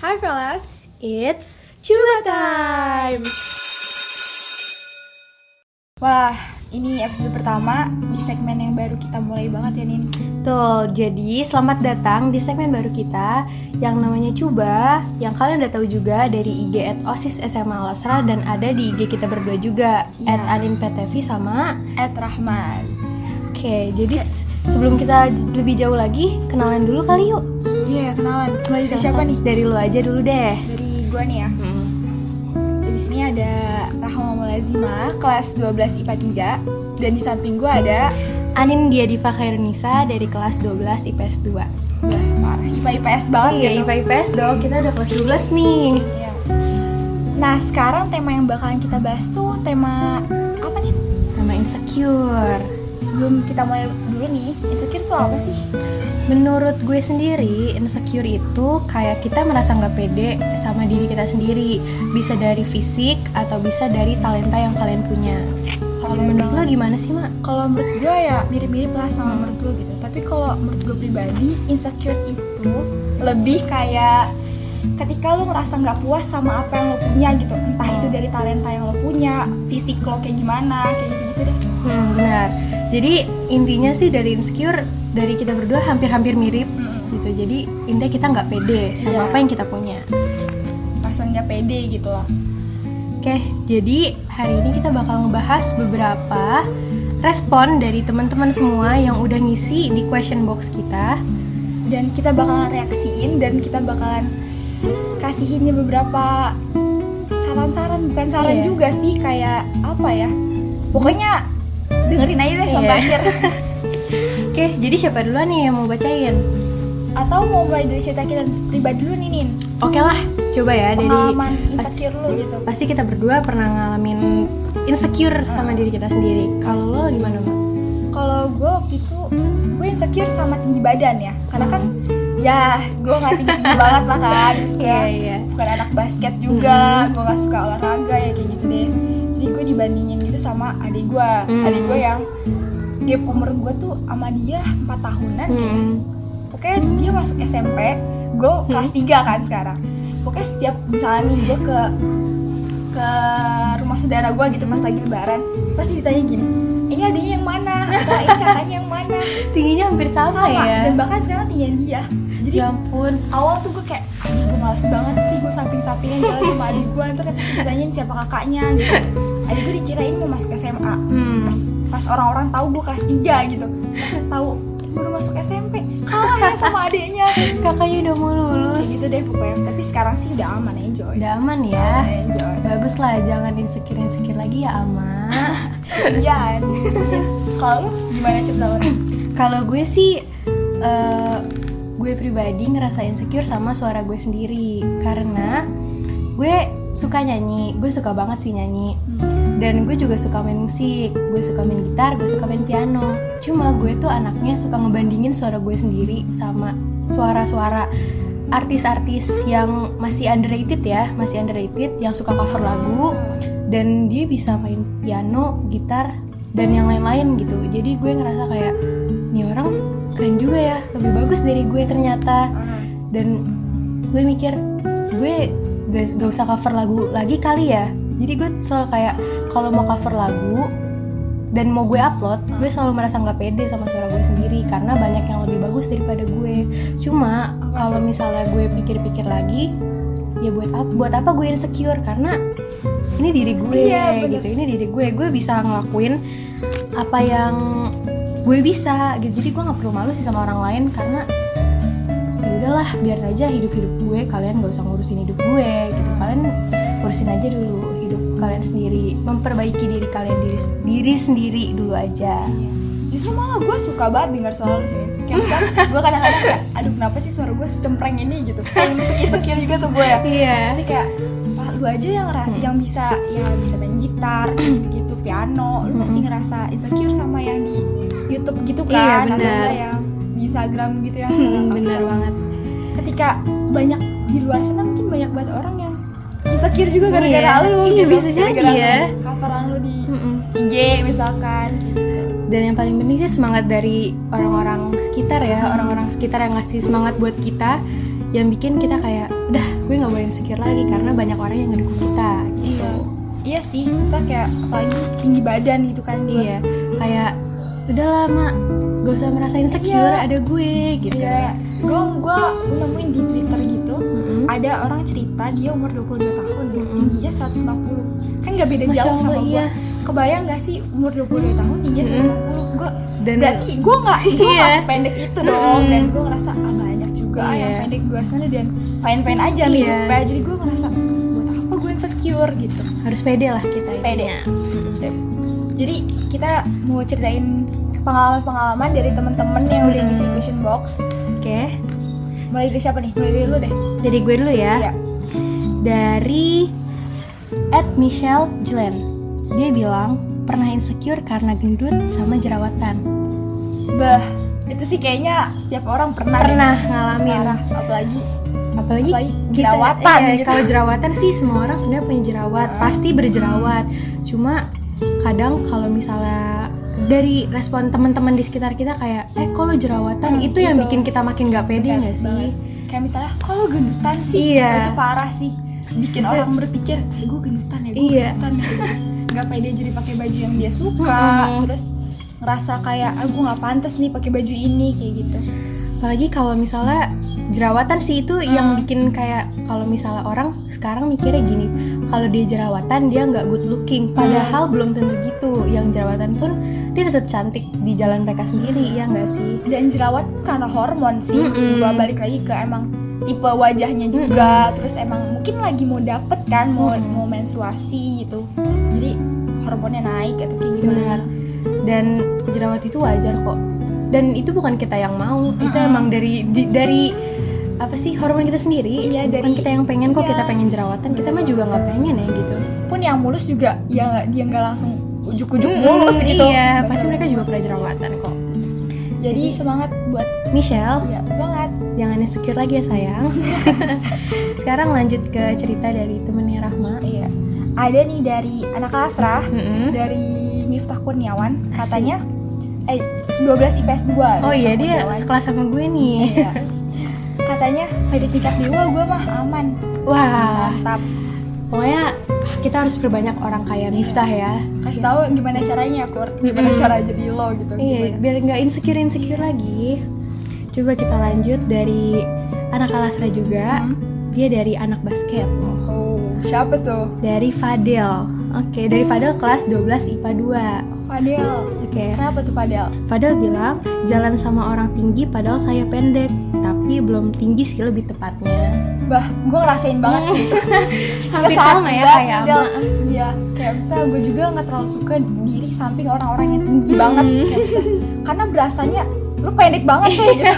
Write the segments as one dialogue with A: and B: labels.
A: Hai Velas,
B: It's Cuba Time!
A: wah ini episode pertama di segmen yang baru kita mulai banget ya Nin
B: Betul, jadi selamat datang di segmen baru kita yang namanya Cuba yang kalian udah tahu juga dari IG at OSIS SMA Alasra dan ada di IG kita berdua juga
A: Iya.
B: at Alim PTV sama
A: Ed Rahman
B: Oke, jadi s- sebelum kita lebih jauh lagi, kenalan dulu kali yuk
A: Iya kenalan, mulai dari siapa nih?
B: Dari lu aja dulu deh
A: Dari gua nih ya Di sini ada Rahma Mulazima, kelas 12 IPA 3 Dan di samping gua ada,
B: Anin Diadiva Khairunisa dari kelas 12 IPS 2
A: wah parah IPA IPS banget
B: Iya,
A: gitu.
B: IPA IPS dong, kita udah kelas 12 nih
A: Iya. Nah sekarang tema yang bakalan kita bahas tuh tema apa nih?
B: Nama Insecure
A: Sebelum kita mulai dulu nih, insecure tuh apa sih?
B: Menurut gue sendiri, insecure itu kayak kita merasa nggak pede sama diri kita sendiri. Bisa dari fisik atau bisa dari talenta yang kalian punya. Kalau
A: Bener
B: menurut lo gimana sih, Mak?
A: kalau menurut gue ya mirip-mirip lah sama menurut gue gitu tapi kalau menurut gue pribadi insecure itu lebih kayak ketika lo ngerasa nggak puas sama apa yang lo punya gitu entah itu dari talenta yang lo punya fisik lo kayak gimana kayak gitu gitu deh
B: Hmm, benar. Jadi intinya sih dari insecure dari kita berdua hampir-hampir mirip
A: Mm-mm.
B: gitu. Jadi intinya kita nggak pede
A: Iya.
B: sama apa yang kita punya.
A: merasa nggak pede gitu loh
B: Oke, jadi hari ini kita bakal ngebahas beberapa respon dari teman-teman semua yang udah ngisi di question box kita.
A: dan kita bakalan reaksiin dan kita bakalan kasihinnya beberapa saran-saran bukan saran
B: Iya.
A: juga sih kayak apa ya pokoknya dengerin aja deh sampai
B: Iya.
A: akhir
B: Oke, jadi siapa duluan nih yang mau bacain?
A: atau mau mulai dari cerita kita pribadi dulu nih Nin
B: Oke lah, coba ya dari
A: pengalaman insecure lu gitu
B: pasti kita berdua pernah ngalamin insecure sama diri kita sendiri. Kalau lo gimana, Mak?
A: kalau gue waktu itu gue insecure sama tinggi badan ya karena kan ya gue nggak tinggi tinggi banget lah kan maksudnya
B: iya.
A: bukan anak basket juga gue nggak suka olahraga ya kayak gitu deh jadi gue dibandingin gitu sama adik gue
B: Hmm.
A: adik gue yang gap umur gue tuh sama dia 4 tahunan
B: Hmm.
A: Pokoknya dia masuk SMP, gue kelas 3 kan sekarang. Pokoknya setiap misalnya nih gue ke ke rumah saudara gue gitu pas lagi lebaran, pasti ditanya gini, ini adanya yang mana? Atau ini kakaknya yang mana?
B: Tingginya hampir sama,
A: Sama,
B: ya.
A: dan bahkan sekarang tinggian dia. Jadi
B: Ya ampun.
A: awal tuh gue kayak, aduh gue males banget sih gue samping-sampingan jalan sama adik gue Ntar pasti ditanyain siapa kakaknya gitu Adik gue dikirain mau masuk SMA
B: Hmm.
A: pas pas orang-orang tahu gue kelas 3 gitu pas tahu gue udah masuk SMP kalah ya sama adiknya kayak
B: Kakaknya udah mau lulus.
A: gitu deh pokoknya tapi sekarang sih udah aman enjoy
B: Udah aman ya.
A: enjoy
B: Bagus lah, jangan insecure-insecure lagi ya, Ama.
A: iya kalau lu gimana cerita
B: Iya.
A: lu
B: Kalau gue sih eh, gue pribadi ngerasa insecure sama suara gue sendiri karena gue suka nyanyi, gue suka banget sih nyanyi. dan gue juga suka main musik gue suka main gitar gue suka main piano cuma gue tuh anaknya suka ngebandingin suara gue sendiri sama suara-suara artis-artis yang masih underrated ya masih underrated yang suka cover lagu dan dia bisa main piano gitar dan yang lain-lain gitu jadi gue ngerasa kayak nih orang keren juga ya lebih bagus dari gue ternyata dan gue mikir gue gak, gak usah cover lagu lagi kali ya jadi gue selalu kayak kalau mau cover lagu dan mau gue upload gue selalu merasa nggak pede sama suara gue sendiri karena banyak yang lebih bagus daripada gue cuma kalau misalnya gue pikir-pikir lagi ya buat apa buat apa gue insecure karena ini diri gue
A: Iya, bener.
B: gitu ini diri gue gue bisa ngelakuin apa yang gue bisa gitu jadi gue nggak perlu malu sih sama orang lain karena ya udahlah biar aja hidup hidup gue kalian gak usah ngurusin hidup gue gitu kalian urusin aja dulu hidup kalian sendiri memperbaiki diri kalian diri diri sendiri dulu aja
A: justru malah gue suka banget dengar suara lu sini kayak misalnya gue kadang-kadang kayak aduh kenapa sih suara gue secempreng ini gitu kayak masuk insecure juga tuh gue ya
B: iya
A: tapi kayak pak lu aja yang ra-
B: Hmm.
A: yang bisa ya bisa main gitar gitu gitu piano lu masih ngerasa insecure sama yang di YouTube gitu
B: Hmm. Iya,
A: kan atau
B: benar.
A: enggak yang di Instagram gitu yang suka
B: Hmm,
A: cover.
B: bener banget
A: ketika banyak di luar sana mungkin banyak banget orang yang insecure juga gara-gara
B: Iya.
A: lu
B: Iya,
A: gitu
B: bisa jadi
A: Gara-gara
B: ya.
A: coveran lu di
B: Mm-mm.
A: IG misalkan gitu
B: dan yang paling penting sih semangat dari orang-orang sekitar ya
A: Hmm.
B: orang-orang sekitar yang ngasih semangat buat kita yang bikin kita kayak udah gue nggak boleh insecure lagi karena banyak orang yang ngedukung kita gitu
A: Iya. Iya sih, misalnya kayak apalagi tinggi badan gitu kan gue.
B: iya kayak udahlah mak gak usah merasa insecure
A: Iya.
B: ada gue gitu
A: Iya. Gue gue nemuin di Twitter gitu,
B: Mm-mm.
A: ada orang cerita dia umur 22 tahun,
B: Mm-mm.
A: tingginya 150. Kan nggak beda
B: Hmm. Masya
A: jauh sama
B: Allah,
A: gue.
B: iya.
A: Kebayang gak sih umur 22 tahun tingginya
B: Mm-mm.
A: 150? Gue
B: Dan-
A: berarti gue nggak gue nggak
B: Iya.
A: sependek itu dong
B: Mm-mm.
A: dan gue ngerasa ah, banyak juga ah, yang
B: Iya.
A: pendek di luar sana dan fine fine aja nih
B: Iya.
A: Kayak jadi gue ngerasa buat apa gue insecure gitu
B: harus pede lah kita itu.
A: Pede. Jadi kita mau ceritain pengalaman-pengalaman dari temen-temen yang udah
B: Mm-mm.
A: ngisi question box.
B: oke
A: Mulai dari siapa nih? Mulai dari lu deh.
B: jadi gue dulu ya
A: Iya.
B: dari at Michelle Jelen dia bilang pernah insecure karena gendut sama jerawatan
A: Bah, itu sih kayaknya setiap orang pernah.
B: pernah
A: ya.
B: ngalamin
A: Parah, apalagi
B: apalagi,
A: Apalagi
B: kita-
A: jerawatan
B: iya,
A: gitu.
B: kalau jerawatan sih semua orang sebenarnya punya jerawat pasti berjerawat cuma kadang kalau misalnya dari respon teman-teman di sekitar kita kayak eh kalau
A: Hmm,
B: jerawatan itu yang
A: gitu.
B: bikin kita makin gak pede
A: Bener
B: nggak sih
A: banget. Kayak misalnya, kalau gendutan sih, Nah,
B: Iya.
A: itu parah sih. Bikin orang berpikir, "Ah, gue gendutan ya, gue
B: Iya.
A: gendutan." Gitu. Nggak pede jadi pakai baju yang dia suka,
B: Mm-mm.
A: terus ngerasa kayak, "Ah, gue nggak pantas nih pakai baju ini," kayak gitu.
B: apalagi kalau misalnya jerawatan sih itu yang
A: Hmm.
B: bikin kayak kalau misalnya orang sekarang mikirnya gini kalau dia jerawatan dia nggak good looking
A: Hmm.
B: padahal belum tentu gitu yang jerawatan pun dia tetap cantik di jalan mereka sendiri ya nggak sih
A: dan jerawat pun karena hormon sih
B: Mm-mm.
A: gua balik lagi ke emang tipe wajahnya juga terus emang mungkin lagi mau dapet kan mau
B: Mm-mm.
A: mau menstruasi gitu jadi hormonnya naik atau kayak gimana
B: benar dan jerawat itu wajar kok dan itu bukan kita yang mau itu
A: Hmm.
B: emang dari di- dari apa sih hormon kita sendiri
A: Iya,
B: bukan
A: dari-
B: kita yang pengen kok
A: iya.
B: kita pengen jerawatan kita mah juga nggak pengen ya gitu
A: pun yang mulus juga ya nggak- dia nggak langsung ujuk-ujuk
B: Mm,
A: mulus gitu
B: iya
A: Betul.
B: pasti mereka juga pernah jerawatan kok
A: jadi semangat buat
B: Michelle
A: ya semangat
B: jangan insecure lagi ya sayang sekarang lanjut ke cerita dari temennya Rahma
A: iya ada nih dari anak Lasra
B: Mm-mm.
A: dari Miftah Kurniawan
B: Asik.
A: katanya eh 12 IPS 2
B: oh iya dia
A: Kurniawan.
B: sekelas sama gue nih
A: Iya. katanya pada tingkat dewa gue mah aman
B: wah
A: mantap
B: pokoknya kita harus perbanyak orang kayak Miftah ya
A: kasih tahu gimana caranya kur gimana
B: Mm-mm.
A: cara jadi lo gitu
B: Iya,
A: gimana?
B: biar nggak insecure insecure lagi. Coba kita lanjut dari anak Alasra juga. Dia dari anak basket.
A: oh siapa tuh
B: Dari Fadel. Oke, dari Fadel kelas 12 IPA
A: Fadel
B: 2. Oke.
A: kenapa tuh Fadel
B: Fadel bilang, "Jalan sama orang tinggi padahal saya pendek, tapi belum tinggi sih lebih tepatnya."
A: bah gue ngerasain banget sih
B: Mm, Hampir
A: Kesaat
B: sama ya
A: banget,
B: kayak
A: Del.
B: Ama.
A: iya kayak misalnya gue juga nggak terlalu suka diri samping orang-orang yang tinggi
B: Mm.
A: banget kayak misalnya, karena berasanya lu pendek banget kayak
B: Iya.
A: gitu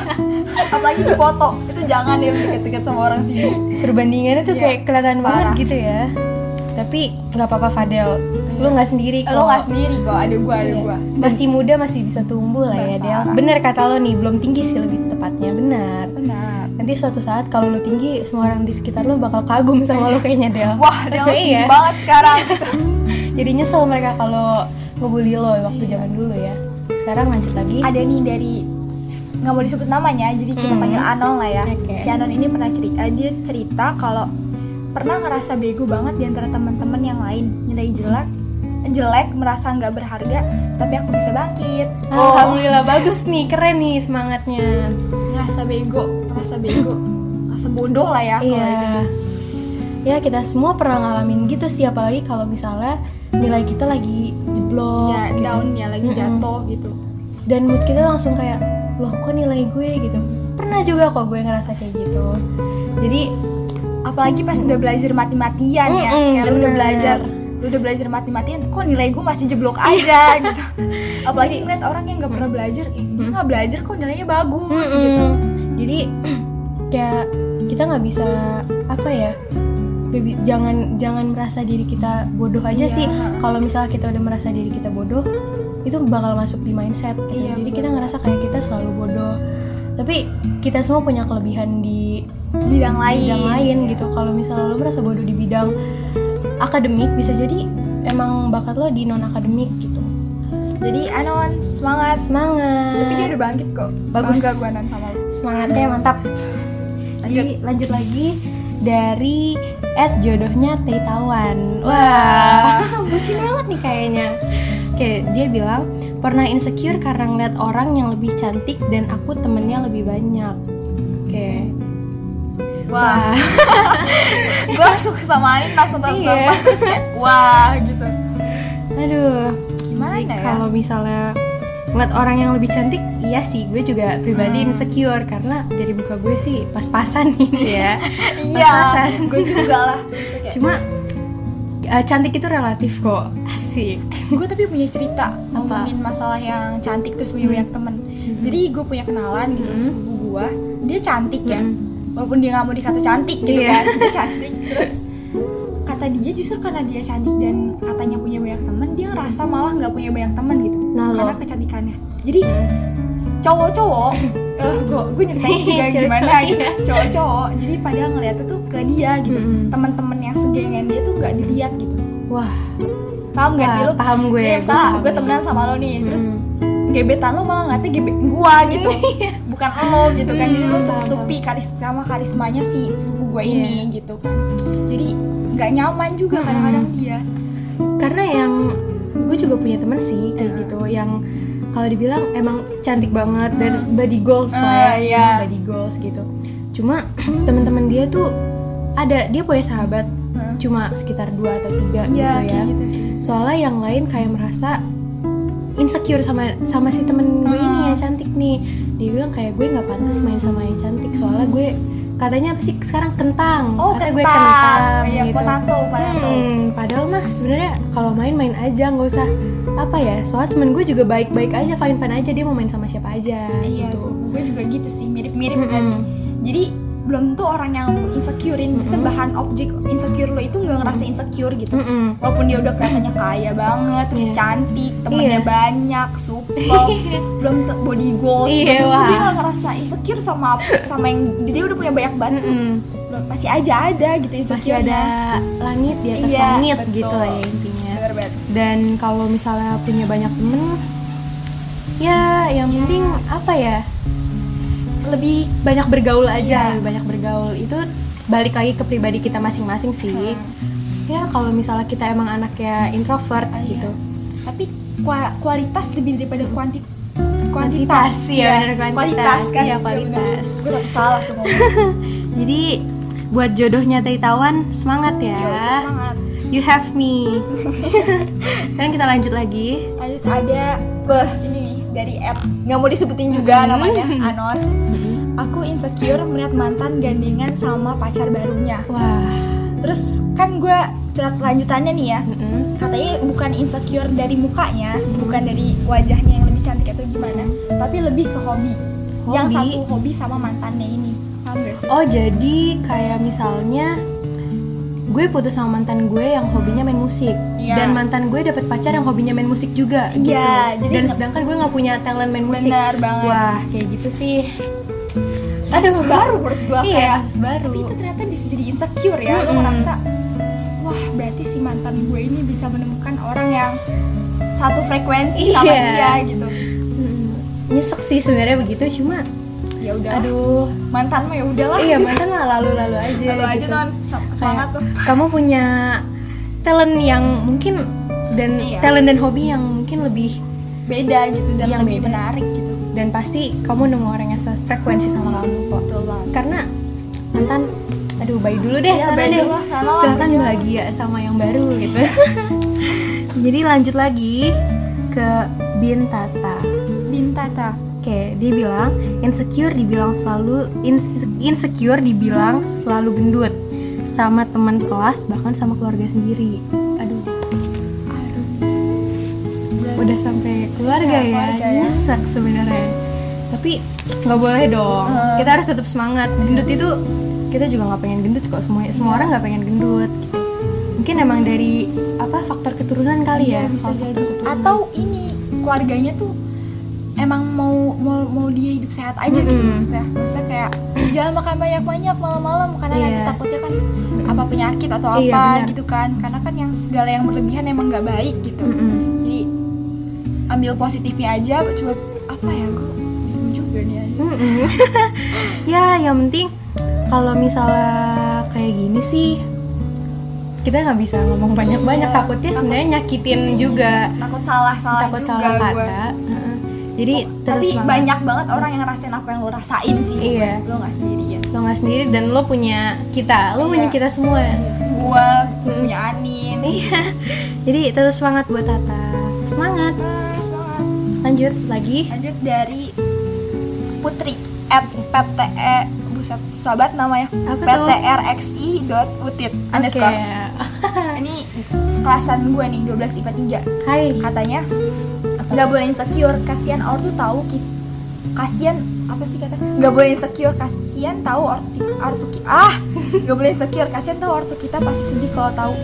A: apalagi di foto itu jangan deh lu deket-deket sama orang tinggi
B: Perbandingannya tuh
A: Iya,
B: kayak kelihatan
A: parah.
B: banget gitu ya. Tapi nggak apa-apa Fadel, lu nggak sendiri kok.
A: lo nggak sendiri kok ada gue ada
B: Iya.
A: gue
B: Masih muda masih bisa tumbuh lah ya Del.
A: Parah.
B: Bener kata lo nih, belum tinggi sih lebih tepatnya, benar.
A: benar
B: Nanti suatu saat kalau lo tinggi, semua orang di sekitar lo bakal kagum sama lo kayaknya Del.
A: wah Del tinggi
B: iya.
A: banget sekarang
B: Jadi nyesel mereka kalau ngebully lo waktu
A: Iya.
B: zaman dulu ya. Sekarang lanjut lagi.
A: ada nih dari nggak mau disebut namanya jadi kita
B: Hmm.
A: panggil Anon lah ya
B: Oke.
A: si Anon ini pernah cerita dia cerita kalau pernah ngerasa bego banget di antara teman-teman yang lain nilai jelek jelek merasa nggak berharga tapi aku bisa bangkit oh
B: Alhamdulillah bagus nih, keren nih semangatnya.
A: ngerasa bego ngerasa bego ngerasa bodoh lah ya kalau itu.
B: Iya. Ya kita semua pernah ngalamin gitu sih, apalagi kalau misalnya nilai kita lagi jeblok.
A: ya
B: gitu.
A: down ya lagi
B: Mm-mm.
A: jatuh gitu
B: dan mood kita langsung kayak loh kok nilai gue gitu pernah juga kok gue ngerasa kayak gitu jadi
A: apalagi pas udah belajar mati-matian ya
B: Mm-mm,
A: kayak lu udah
B: bener.
A: belajar lu udah belajar mati-matian kok nilai gue masih jeblok
B: Iya.
A: aja gitu apalagi ngeliat orang yang nggak pernah belajar eh, dia nggak belajar kok nilainya bagus
B: mm-mm.
A: gitu
B: jadi kayak kita nggak bisa apa ya nggak bi- jangan jangan merasa diri kita bodoh aja
A: Iya.
B: sih kalau misalnya kita udah merasa diri kita bodoh itu bakal masuk di mindset gitu.
A: Iya,
B: jadi kita ngerasa kayak kita selalu bodoh tapi kita semua punya kelebihan di
A: bidang lain
B: bidang lain gitu kalau misalnya lo merasa bodoh di bidang akademik bisa jadi emang bakat lo di non akademik gitu
A: jadi anon semangat
B: semangat
A: tapi dia udah bangkit kok
B: Bagus.
A: bangga gue anon sama lu
B: semangatnya mantap Tadi lanjut lagi dari at jodohnya Teitawan. Wah, bucin banget nih kayaknya. Oke, dia bilang pernah insecure karena ngeliat orang yang lebih cantik dan aku temennya lebih banyak. Oke.
A: Wah, gue suka sama Anin langsung tahu
B: Iya.
A: Wah, gitu.
B: Aduh,
A: Gimana ya?
B: kalau misalnya ngeliat orang yang lebih cantik, iya sih gue juga pribadi insecure karena dari muka gue sih pas-pasan ini ya.
A: Iya,
B: Pas-pasan.
A: gue juga lah. Kayak,
B: Cuma eh, cantik itu relatif kok. Asik.
A: gue tapi punya cerita ngomongin masalah yang cantik terus punya
B: Hmm.
A: banyak temen jadi gue punya kenalan gitu
B: Hmm.
A: sepupu gue dia cantik ya
B: Hmm.
A: walaupun dia nggak mau dikata cantik gitu
B: Iya.
A: kan dia cantik terus kata dia justru karena dia cantik dan katanya punya banyak temen dia ngerasa malah nggak punya banyak temen gitu
B: Nah, lo.
A: karena kecantikannya jadi cowok-cowok eh gue gue nyeritain juga
B: Cowok-cowok,
A: gimana gitu
B: iya. Hmm.
A: cowok-cowok jadi padahal ngeliatnya tuh ke dia gitu
B: Mm-mm.
A: teman-teman yang segengan dia tuh nggak dilihat gitu
B: Wah,
A: paham gak
B: Wah,
A: sih lu
B: paham gue,
A: Iya,
B: gue
A: misalnya
B: paham.
A: gue temenan sama lo nih terus
B: Mm.
A: gebetan lo malah ngatnya gebe gua gitu bukan lo gitu kan jadi lo
B: Iya. Hmm, paham, Iya.
A: tutupi karis sama karismanya si sepupu gue ini gitu kan jadi nggak nyaman
B: Hmm.
A: juga kadang-kadang dia
B: karena yang gue juga punya temen sih kayak
A: Heeh.
B: gitu yang kalau dibilang emang cantik banget dan body goals lah
A: Eh,
B: ya,
A: iya.
B: body goals gitu cuma teman-teman dia tuh ada dia punya sahabat
A: Heeh.
B: cuma sekitar dua atau tiga
A: iya
B: gitu ya
A: kayak gitu sih
B: soalnya yang lain kayak merasa insecure sama sama si temen gue ini
A: Hmm.
B: yang cantik nih dia bilang kayak gue nggak pantas main sama yang cantik soalnya gue katanya apa sih sekarang kentang
A: oh
B: Katanya
A: kentang,
B: gue kentang
A: iya
B: gitu.
A: potato potato
B: Hmm, padahal mah sebenarnya kalau main-main aja nggak usah apa ya. Soalnya temen gue juga baik-baik aja, fine-fine aja dia mau main sama siapa aja.
A: iya
B: gitu.
A: sepupu gue juga gitu sih mirip-mirip
B: Mm-mm.
A: kan jadi belum tuh orang yang lu insecurein
B: Hmm.
A: sebahan objek insecure lo itu nggak ngerasa insecure gitu
B: Mm-mm.
A: walaupun dia udah kelihatannya kaya banget terus
B: Iya.
A: cantik temennya
B: Iya.
A: banyak supel belum te- body goals
B: Iya,
A: belum tuh
B: wah.
A: dia gak ngerasa insecure sama sama yang dia udah punya banyak banget tuh
B: Mm-mm.
A: belum masih aja ada gitu
B: Masih
A: insecure
B: ada langit di atas
A: Iya,
B: langit
A: betul.
B: gitu lah ya intinya.
A: Iya. bener banget
B: Dan kalau misalnya punya banyak temen, ya yang penting apa ya? Lebih banyak bergaul aja,
A: Iya.
B: lebih banyak bergaul itu balik lagi ke pribadi kita masing-masing sih.
A: Hmm.
B: Ya kalau misalnya kita emang anaknya introvert
A: Ah, iya.
B: gitu.
A: tapi kua- kualitas lebih daripada kuanti
B: Kuantitas,
A: kuantitas
B: iya, bener, kuantitas.
A: kan
B: Iya,
A: Iya, bener.
B: kualitas.
A: gue tak salah tuh ngomong
B: Jadi buat jodohnya Taitawan semangat ya.
A: Yo, Iya, semangat
B: You have me. Sekarang kita lanjut lagi.
A: lanjut ada beh ini nih dari app Hmm. nggak mau disebutin juga
B: Hmm.
A: namanya anon aku insecure melihat mantan gandengan sama pacar barunya
B: Wah.
A: terus kan gue curhat lanjutannya nih ya
B: Mm-mm.
A: katanya bukan insecure dari mukanya bukan dari wajahnya yang lebih cantik atau gimana tapi lebih ke hobi,
B: Hobi?
A: yang satu hobi sama mantannya ini paham gak sih
B: Oh jadi kayak misalnya gue putus sama mantan gue yang hobinya main musik
A: Iya.
B: dan mantan gue dapet pacar yang hobinya main musik juga. gitu.
A: Iya, jadi
B: dan
A: nge-
B: sedangkan gue nggak punya talent main musik.
A: Bener banget.
B: Wah kayak gitu sih.
A: Kasus baru menurut gue
B: Iya kasus baru.
A: tapi itu ternyata bisa jadi insecure ya lo
B: Mm-mm.
A: ngerasa wah berarti si mantan gue ini bisa menemukan orang yang satu frekuensi sama
B: Iya.
A: dia gitu
B: Mm-mm. Nyesek sih sebenarnya begitu cuma
A: ya udah
B: aduh
A: mantan mah ya udahlah
B: iya mantan lah lalu-lalu aja.
A: Lalu aja
B: gitu.
A: non Sem- semangat tuh
B: Kayak, kamu punya talent yang mungkin dan
A: Iya.
B: talent dan hobi yang mungkin lebih
A: beda gitu dan
B: Yang
A: lebih
B: Iya, beda.
A: menarik gitu
B: dan pasti kamu nemu orang yang sefrekuensi sama kamu kok
A: betul banget
B: karena mantan aduh bye dulu deh
A: Iya,
B: sana
A: bye
B: deh
A: dulu lah, sana lah,
B: silakan
A: berjuang.
B: bahagia sama yang baru gitu jadi lanjut lagi ke Bintata
A: bintata
B: Oke, dia bilang insecure dibilang selalu inse- insecure dibilang selalu gendut sama teman kelas bahkan sama keluarga sendiri. Aduh,
A: Berarti-
B: udah sampai keluarga
A: Iya,
B: ya,
A: keluarga ya.
B: nyesek sebenarnya. Tapi nggak boleh dong.
A: Eh.
B: Kita harus tetap semangat. Gendut itu kita juga nggak pengen gendut kok. Semua semua orang nggak pengen gendut. Gitu. Mungkin emang dari apa faktor keturunan kali
A: Iya,
B: ya.
A: bisa jadi
B: Faktor keturunan.
A: atau ini keluarganya tuh emang mau mau, mau dia hidup sehat aja gitu
B: Mm-mm.
A: maksudnya maksudnya kayak jangan makan banyak banyak malam-malam karena nanti
B: Iya.
A: takutnya kan apa penyakit atau apa
B: Iya, benar.
A: gitu kan karena kan yang segala yang berlebihan emang nggak baik gitu
B: Mm-mm.
A: jadi ambil positifnya aja coba
B: Mm.
A: apa ya gue bingung juga nih
B: Mm-mm. ya yang penting kalau misalnya kayak gini sih kita nggak bisa ngomong banyak-banyak
A: Iya.
B: takutnya
A: Takut-
B: sebenarnya nyakitin juga
A: takut salah salah
B: takut
A: juga
B: salah
A: gue.
B: kata Heeh. jadi tetap
A: tapi
B: semangat.
A: banyak banget orang yang ngerasain apa yang lo rasain sih
B: Iya.
A: lo nggak sendirian
B: lo nggak sendiri dan lo punya kita lo
A: Iya.
B: punya kita semua
A: gue punya Anin
B: iya jadi tetap semangat buat Tata semangat
A: Nah, semangat
B: lanjut lagi
A: lanjut dari Putri at PTE buset sahabat namanya
B: Apa tuh?
A: PTRXI dot utit underscore Nah, ini kelasan gue nih 12 IPA
B: Hai
A: 3 katanya nggak boleh insecure kasihan orang tuh tahu ki kasihan apa sih kata nggak boleh insecure kasihan tahu orang tuh ki- ah nggak boleh insecure kasihan tahu orang tuh kita pasti sedih kalau tahu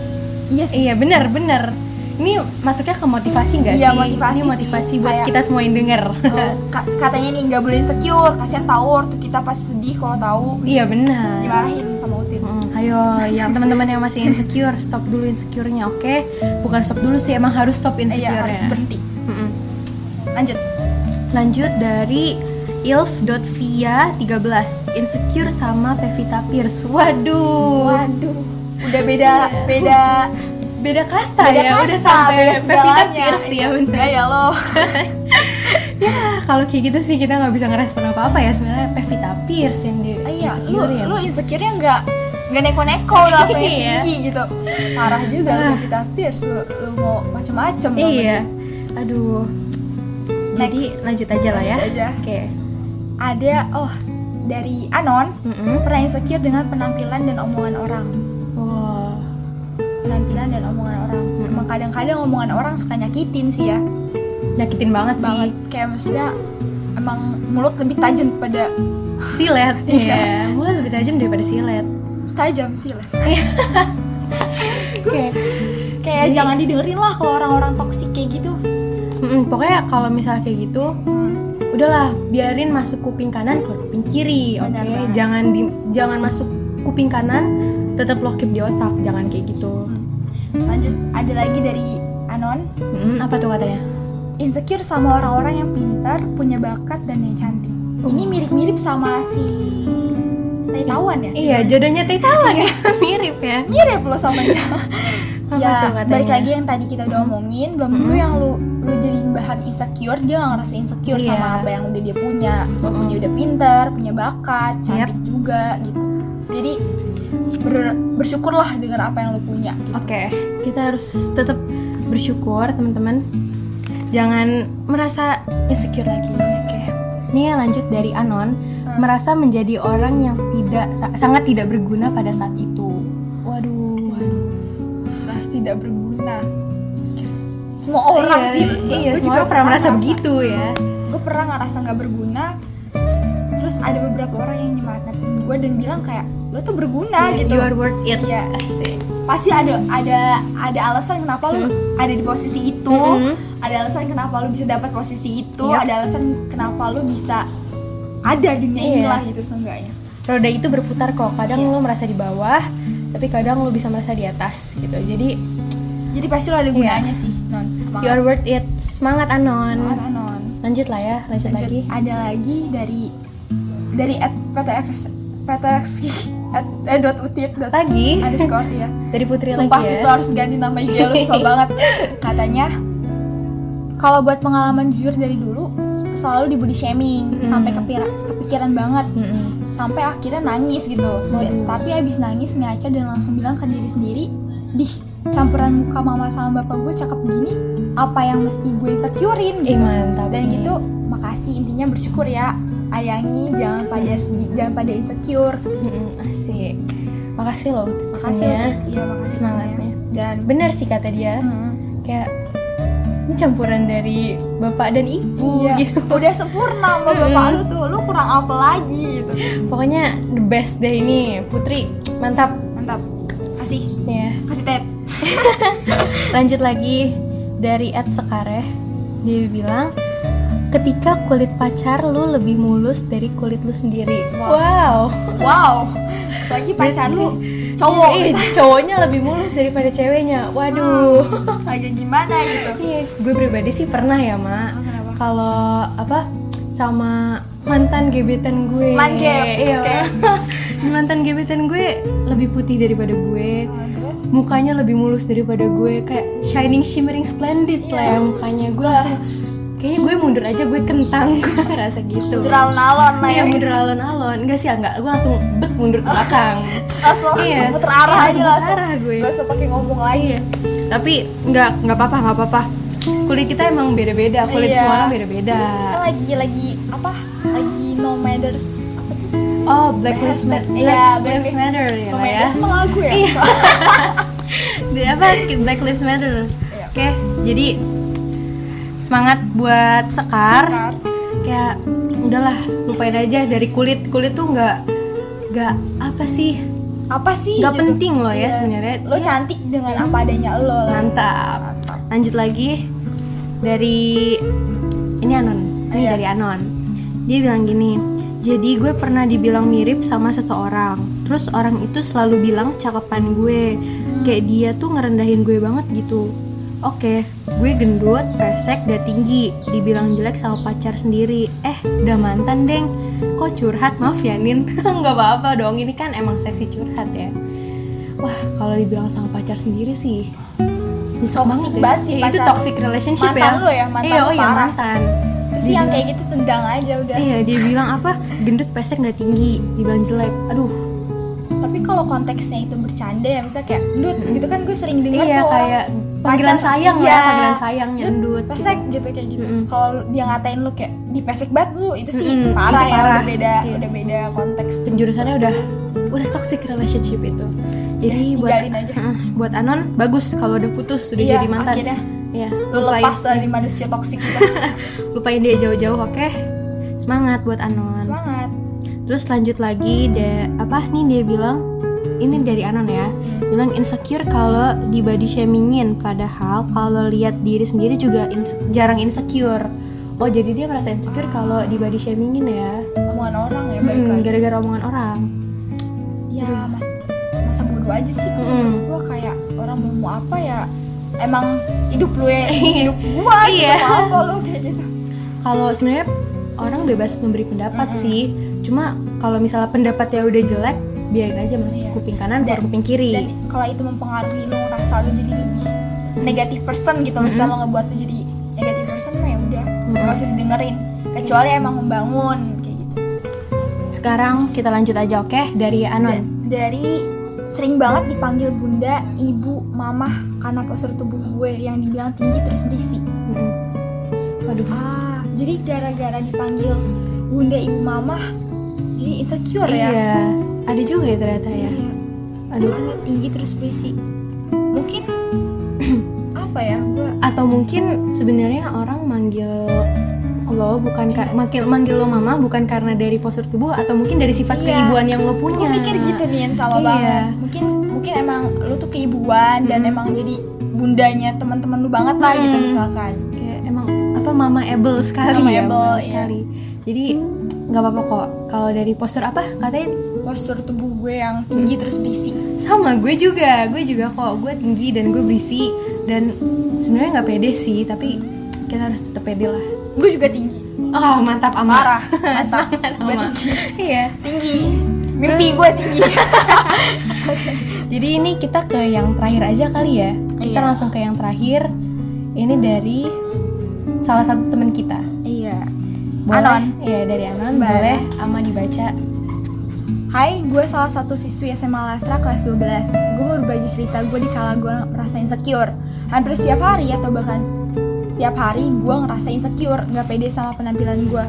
A: iya sih
B: iya bener bener ini masuknya ke motivasi nggak
A: Iya,
B: sih
A: motivasi
B: ini
A: sih.
B: motivasi buat
A: Kayak- Oh.
B: kita semua yang denger
A: Ka- katanya nih nggak boleh insecure kasihan tahu orang tuh kita pasti sedih kalau tahu
B: iya benar
A: dimarahin sama Utin
B: Mm, ayo yang teman-teman yang masih insecure stop dulu insecure-nya oke bukan stop dulu sih emang harus stop
A: Iya
B: insecure-nya
A: harus berhenti.
B: Mm-mm.
A: Lanjut.
B: lanjut dari ilf.via13 insecure sama Pevita Pierce waduh
A: Waduh, udah beda beda
B: beda kasta
A: beda
B: ya
A: kasta,
B: udah sampai
A: beda
B: Pevita
A: segalanya. Iya.
B: Pierce ya bener
A: Gaya lo.
B: Ah, kalau kayak gitu sih kita nggak bisa ngerespon apa-apa ya sebenarnya Pevita Pierce yang di
A: Iya, lu
B: insecure ya.
A: lu insecure-nya enggak enggak neko-neko lu langsung
B: Iya.
A: tinggi gitu. Parah juga lu
B: Ah.
A: kita Pierce lu, lu mau macem-macem sama dia.
B: iya. Aduh. Jadi
A: Next.
B: lanjut aja lah ya.
A: Lanjut aja.
B: Oke.
A: Ada oh dari Anon
B: Mm-mm.
A: pernah insecure dengan penampilan dan omongan orang.
B: Wah.
A: Penampilan dan omongan orang. Emang kadang-kadang omongan orang suka nyakitin sih ya.
B: Nyakitin banget,
A: Banget kayak maksudnya emang mulut lebih tajam pada
B: sih. Silet.
A: Iya.
B: Iya. Mulai lebih tajam daripada silet.
A: tajam sih lah.
B: Oke.
A: Kayak
B: Jadi-
A: jangan didengerin lah kalau orang-orang toksik kayak gitu.
B: Mm-mm, pokoknya kalau misalnya kayak gitu,
A: Hmm.
B: udahlah biarin masuk kuping kanan keluar kuping kiri, oke?
A: Benar banget.
B: Jangan di, jangan masuk kuping kanan, tetap lo keep di otak, jangan kayak gitu.
A: Lanjut ada lagi dari Anon,
B: Mm, apa tuh katanya?
A: insecure sama orang-orang yang pintar, punya bakat dan yang cantik. Ini mirip-mirip sama si Taitawan ya?
B: Iya, jodohnya Teh Tawan ya, mirip ya.
A: Mirip lo sama dia.
B: Apa tuh
A: ya,
B: katanya?
A: balik lagi yang tadi kita udah omongin, belum tentu yang lu lu jadi bahan insecure, dia gak ngerasa insecure
B: Iya.
A: sama apa yang udah dia punya. Walaupun dia udah pintar, punya bakat, cantik juga gitu. Jadi ber- bersyukurlah dengan apa yang lu punya. Gitu.
B: Oke, kita harus tetap bersyukur teman-teman. Jangan merasa insecure lagi. Oke. Ini yang lanjut dari Anon, merasa menjadi orang yang tidak sa- sangat tidak berguna pada saat itu. Waduh.
A: Waduh, merasa tidak berguna. S- Semua orang
B: iya,
A: sih.
B: Iya, semua orang pernah merasa begitu ya.
A: Gue pernah ngerasa nggak berguna. s- Terus ada beberapa orang yang nyemangatin gue dan bilang kayak lo tuh berguna gitu.
B: Iya, You are worth it.
A: Iya.
B: Asik.
A: Pasti ada ada ada alasan kenapa lu
B: Hmm.
A: ada di posisi itu.
B: Mm-mm.
A: Ada alasan kenapa lu bisa dapat posisi itu.
B: Hmm. Iya.
A: Ada alasan kenapa lu bisa ada di dunia
B: Iya.
A: inilah gitu seenggaknya.
B: Roda itu berputar kok. Kadang lo merasa di bawah, tapi kadang lo bisa merasa di atas gitu. Jadi
A: Jadi pasti lo ada
B: Iya.
A: gunanya sih, non.
B: you are worth it. Semangat Anon.
A: Semangat, non.
B: Lanjut lah ya, lanjut,
A: Lanjut,
B: lagi.
A: ada lagi dari dari at PTX PTX at eh, dot utit dot
B: Lagi?
A: underscore ya.
B: Dari Putri
A: Sumpah gitu.
B: lagi ya.
A: itu harus ganti nama IG lu susah banget katanya. Kalau buat pengalaman jujur dari dulu s- selalu dibody shaming sampai kepira- kepikiran banget
B: Mm-mm.
A: sampai akhirnya nangis gitu. Dan- Tapi abis nangis ngaca dan langsung bilang ke diri sendiri, dih campuran muka mama sama bapak gue cakep gini apa yang mesti gue securein
B: Ih,
A: gitu
B: mantap
A: dan
B: nih.
A: gitu makasih intinya bersyukur ya ayangi jangan pada sedih jangan pada insecure
B: Mm-mm, asik makasih loh
A: makasih
B: makasih
A: ya
B: ya
A: iya makasih
B: semangatnya.
A: pesannya. dan
B: bener sih kata dia
A: Mm,
B: kayak ini campuran dari bapak dan ibu
A: iya.
B: gitu
A: udah sempurna sama bapak lu tuh lu kurang apa lagi gitu
B: pokoknya the best deh ini putri mantap
A: mantap kasih
B: ya
A: kasih tet
B: lanjut lagi dari Ed Sekareh dia bilang ketika kulit pacar lu lebih mulus dari kulit lu sendiri wow,
A: wow lagi pacar lu cowok
B: Ih, cowoknya lebih mulus daripada ceweknya waduh
A: lagi gimana gitu
B: Iya, gue pribadi sih pernah ya, Mak.
A: Oh, kenapa?
B: Kalau apa sama mantan gebetan gue.
A: Mantep,
B: Iya.
A: oke.
B: Mak. mantan gebetan gue lebih putih daripada gue
A: Nah, terus
B: mukanya lebih mulus daripada gue kayak shining shimmering splendid lah
A: Iya.
B: ya mukanya gue langsung kayaknya gue mundur aja gue kentang gue ngerasa gitu
A: mundur alon-alon lah
B: Iya
A: ya Oh.
B: mundur alon-alon Enggak sih enggak Gue langsung bet mundur ke belakang
A: langsung
B: Iya.
A: puter arah aja
B: Iya, langsung puter
A: langsung
B: arah gue.
A: gak usah pakai ngomong lagi
B: Iya Tapi enggak Enggak apa-apa Enggak apa-apa Kulit kita emang beda-beda Kulit
A: Iya.
B: semua orang beda-beda
A: kan lagi lagi apa lagi no matters apa tuh
B: Oh Black Lives
A: Hashtag,
B: Matter
A: iya, Black
B: Lives
A: Lives-
B: Matter ya
A: no
B: lah ya
A: matters mah lagu ya
B: Iya. Di apa Black Lives Matter
A: Iya.
B: Oke Jadi Semangat buat Sekar
A: Bentar.
B: kayak udahlah lupain aja dari kulit kulit tuh nggak nggak apa sih
A: apa sih
B: nggak
A: gitu?
B: penting loh ya sebenarnya
A: lo cantik dengan apa adanya lo lah
B: mantap lanjut lagi dari ini anon ini
A: Iya.
B: dari anon dia bilang gini jadi gue pernah dibilang mirip sama seseorang terus orang itu selalu bilang cakepan gue kayak dia tuh ngerendahin gue banget gitu Oke, gue gendut, pesek, gak tinggi Dibilang jelek sama pacar sendiri Eh, udah mantan, Deng Kok curhat? Maaf ya, Nin Nggak apa-apa dong, ini kan emang seksi curhat ya Wah, kalau dibilang sama pacar sendiri sih nyesek
A: Toxic
B: ya.
A: banget sih
B: Iya, Itu
A: pacar.
B: toxic relationship
A: Mantan
B: ya
A: lo ya, mantan
B: Iya,
A: lo
B: oh iya,
A: parah.
B: mantan
A: itu sih yang kayak gitu tendang aja udah
B: Iya, dia bilang apa? Gendut, pesek, gak tinggi Dibilang jelek Aduh,
A: tapi kalau konteksnya itu bercanda ya misalnya kayak dud gitu kan gue sering dengar
B: Hmm. iya
A: tuh orang
B: kayak
A: pacar-
B: Panggilan sayang
A: Iya.
B: lah, ya, panggilan sayang Nyendut
A: Dut, pesek gitu kayak gitu
B: Mm-mm.
A: kalau dia ngatain lu kayak di pesek banget lu itu sih
B: Mm-mm,
A: parah
B: itu
A: ya
B: parah.
A: udah beda
B: Iya.
A: udah beda konteks
B: penjurusannya udah udah toxic relationship itu. Jadi
A: Udah,
B: buat
A: tinggalin aja.
B: Heeh, buat Anon bagus kalau udah putus udah
A: Iya,
B: jadi mantan.
A: akhirnya.
B: Iya,
A: lu
B: lupain
A: lepas dari manusia toksik kita
B: lupain dia jauh-jauh, oke? Semangat buat Anon.
A: semangat
B: Terus lanjut lagi de apa nih dia bilang ini dari Anon ya. Bilang insecure kalau di body shamingin padahal kalau lihat diri sendiri juga inse- jarang insecure. Oh, jadi dia merasa insecure kalau di body shamingin ya.
A: omongan orang ya baik
B: Hmm,
A: lagi
B: gara-gara omongan orang.
A: ya mas masa bodoh aja sih kalau
B: Mm-mm.
A: menurut gua kayak orang mau mau apa ya emang hidup lu ya ini hidup gua gitu
B: Iya.
A: mau apa lu kayak gitu
B: kalau sebenarnya orang bebas memberi pendapat
A: Hmm.
B: sih cuma kalau misalnya pendapatnya udah jelek biarin aja masuk
A: Iya.
B: kuping kanan
A: Dan-
B: keluar kuping kiri
A: dan kalau itu mempengaruhi lu ngerasa lu jadi lebih negatif person gitu misalnya lo ngebuat lu jadi negatif person mah ya udah nggak usah didengerin kecuali emang membangun kayak gitu
B: sekarang kita lanjut aja oke dari Anon
A: dari sering banget dipanggil bunda ibu mamah karena postur tubuh gue yang dibilang tinggi terus berisi
B: Mm-mm. Hmm. waduh
A: ah jadi gara-gara dipanggil bunda ibu mamah jadi insecure ya
B: iya ada juga ya ternyata ya
A: Iya.
B: aduh
A: Karena tinggi terus berisi mungkin apa ya gue
B: atau mungkin sebenarnya orang manggil lo bukan ka- manggil manggil lo mama bukan karena dari postur tubuh atau mungkin dari sifat
A: Iya.
B: keibuan yang lo
A: Gue
B: punya
A: mikir gitu nih sama
B: Iya.
A: banget. Mungkin mungkin emang lu tuh keibuan dan emang jadi bundanya teman-teman lu banget lah gitu
B: Hmm.
A: misalkan.
B: kayak emang apa mama able sekali
A: Mama
B: ya
A: able,
B: mama
A: iya.
B: sekali jadi nggak apa-apa kok kalau dari postur apa katanya
A: Postur tubuh gue yang
B: Hmm.
A: tinggi terus berisi.
B: sama gue juga gue juga kok gue tinggi dan gue berisi dan sebenarnya nggak pede sih tapi kita harus tetap pede lah
A: Gue juga tinggi.
B: oh mantap
A: Parah.
B: amarah
A: Masa gue
B: Ama.
A: tinggi.
B: iya
A: tinggi. Mimpi
B: Terus-
A: gue tinggi.
B: jadi ini kita ke yang terakhir aja kali ya kita
A: Iya.
B: langsung ke yang terakhir ini dari salah satu teman kita
A: iya.
B: boleh
A: Anon.
B: iya dari anon
A: Boleh.
B: boleh ama dibaca
A: Hai, gue salah satu siswi SMA Lasra kelas 12. Gue mau berbagi cerita gue di kala gue merasa insecure. Hampir setiap hari atau bahkan setiap hari gue ngerasa insecure, nggak pede sama penampilan gue.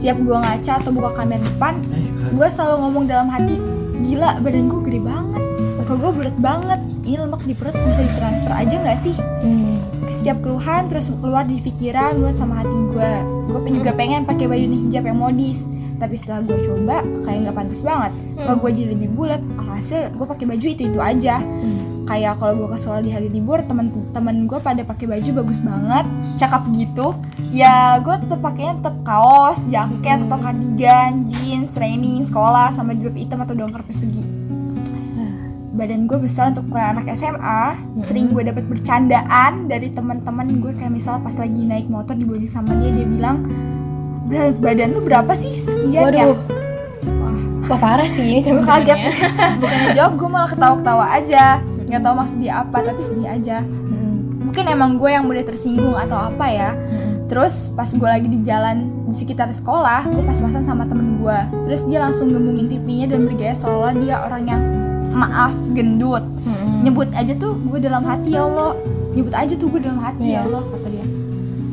A: Setiap gue ngaca atau buka kamera depan, gue selalu ngomong dalam hati, gila badan gue gede banget, muka gue bulat banget, ini lemak di perut bisa ditransfer aja nggak sih?
B: Hmm.
A: setiap keluhan terus keluar di pikiran mulut sama hati gue gue juga pengen pakai baju dan hijab yang modis tapi setelah gue coba kayak nggak pantas banget kalau gue jadi lebih bulat alhasil gue pakai baju itu itu aja kayak kalau gue ke sekolah di hari libur teman-teman gue pada pakai baju bagus banget cakep gitu ya gue tetap pakainya tetap kaos jaket atau kardigan jeans training sekolah sama jilbab hitam atau dongker persegi badan gue besar untuk ukuran anak SMA sering gue dapat bercandaan dari teman-teman gue kayak misal pas lagi naik motor dibonceng sama dia dia bilang "Bra- badan lu berapa sih sekian ya
B: Waduh.
A: wah
B: Wah parah sih ini
A: gue
B: teman-temannya.
A: kaget bukan jawab gue malah ketawa-ketawa aja nggak tahu maksud dia apa tapi sedih aja
B: Mm-mm.
A: mungkin emang gue yang mudah tersinggung atau apa ya
B: Mm-mm.
A: terus pas gue lagi di jalan di sekitar sekolah gue pas-pasan sama temen gue terus dia langsung gembungin pipinya dan bergaya seolah dia orang yang maaf gendut
B: Mm-mm.
A: nyebut aja tuh gue dalam hati ya Allah nyebut aja tuh gue dalam hati ya
B: Iya.
A: Allah kata dia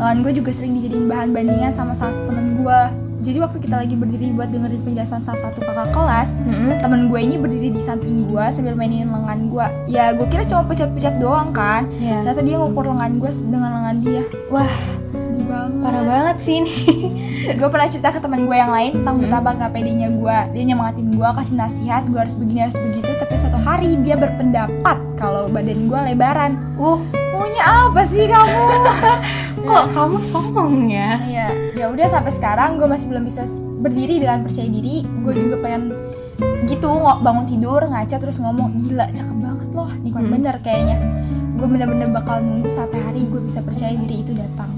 A: lawan gue juga sering dijadiin bahan bandingan sama salah satu temen gue jadi waktu kita lagi berdiri buat dengerin penjelasan salah satu kakak kelas
B: Mm-mm.
A: temen gue ini berdiri di samping gue sambil mainin lengan gue ya gue kira cuma pecat-pecat doang kan
B: Iya.
A: ternyata dia ngukur lengan gue dengan lengan dia
B: Wah
A: sedih banget
B: parah banget sih ini.
A: gue pernah cerita ke teman gue yang lain tentang
B: Mm-hmm.
A: betapa nggak pedenya gue dia nyemangatin gue kasih nasihat gue harus begini harus begitu tapi suatu hari dia berpendapat kalau badan gue lebaran
B: Uh
A: maunya apa sih kamu
B: kok kamu sombong ya?
A: ya ya udah sampai sekarang gue masih belum bisa s- berdiri dengan percaya diri gue juga pengen gitu ngo- bangun tidur ngaca terus ngomong gila cakep banget loh nih kan
B: Hmm.
A: bener kayaknya gue bener-bener bakal nunggu sampai hari gue bisa percaya diri itu datang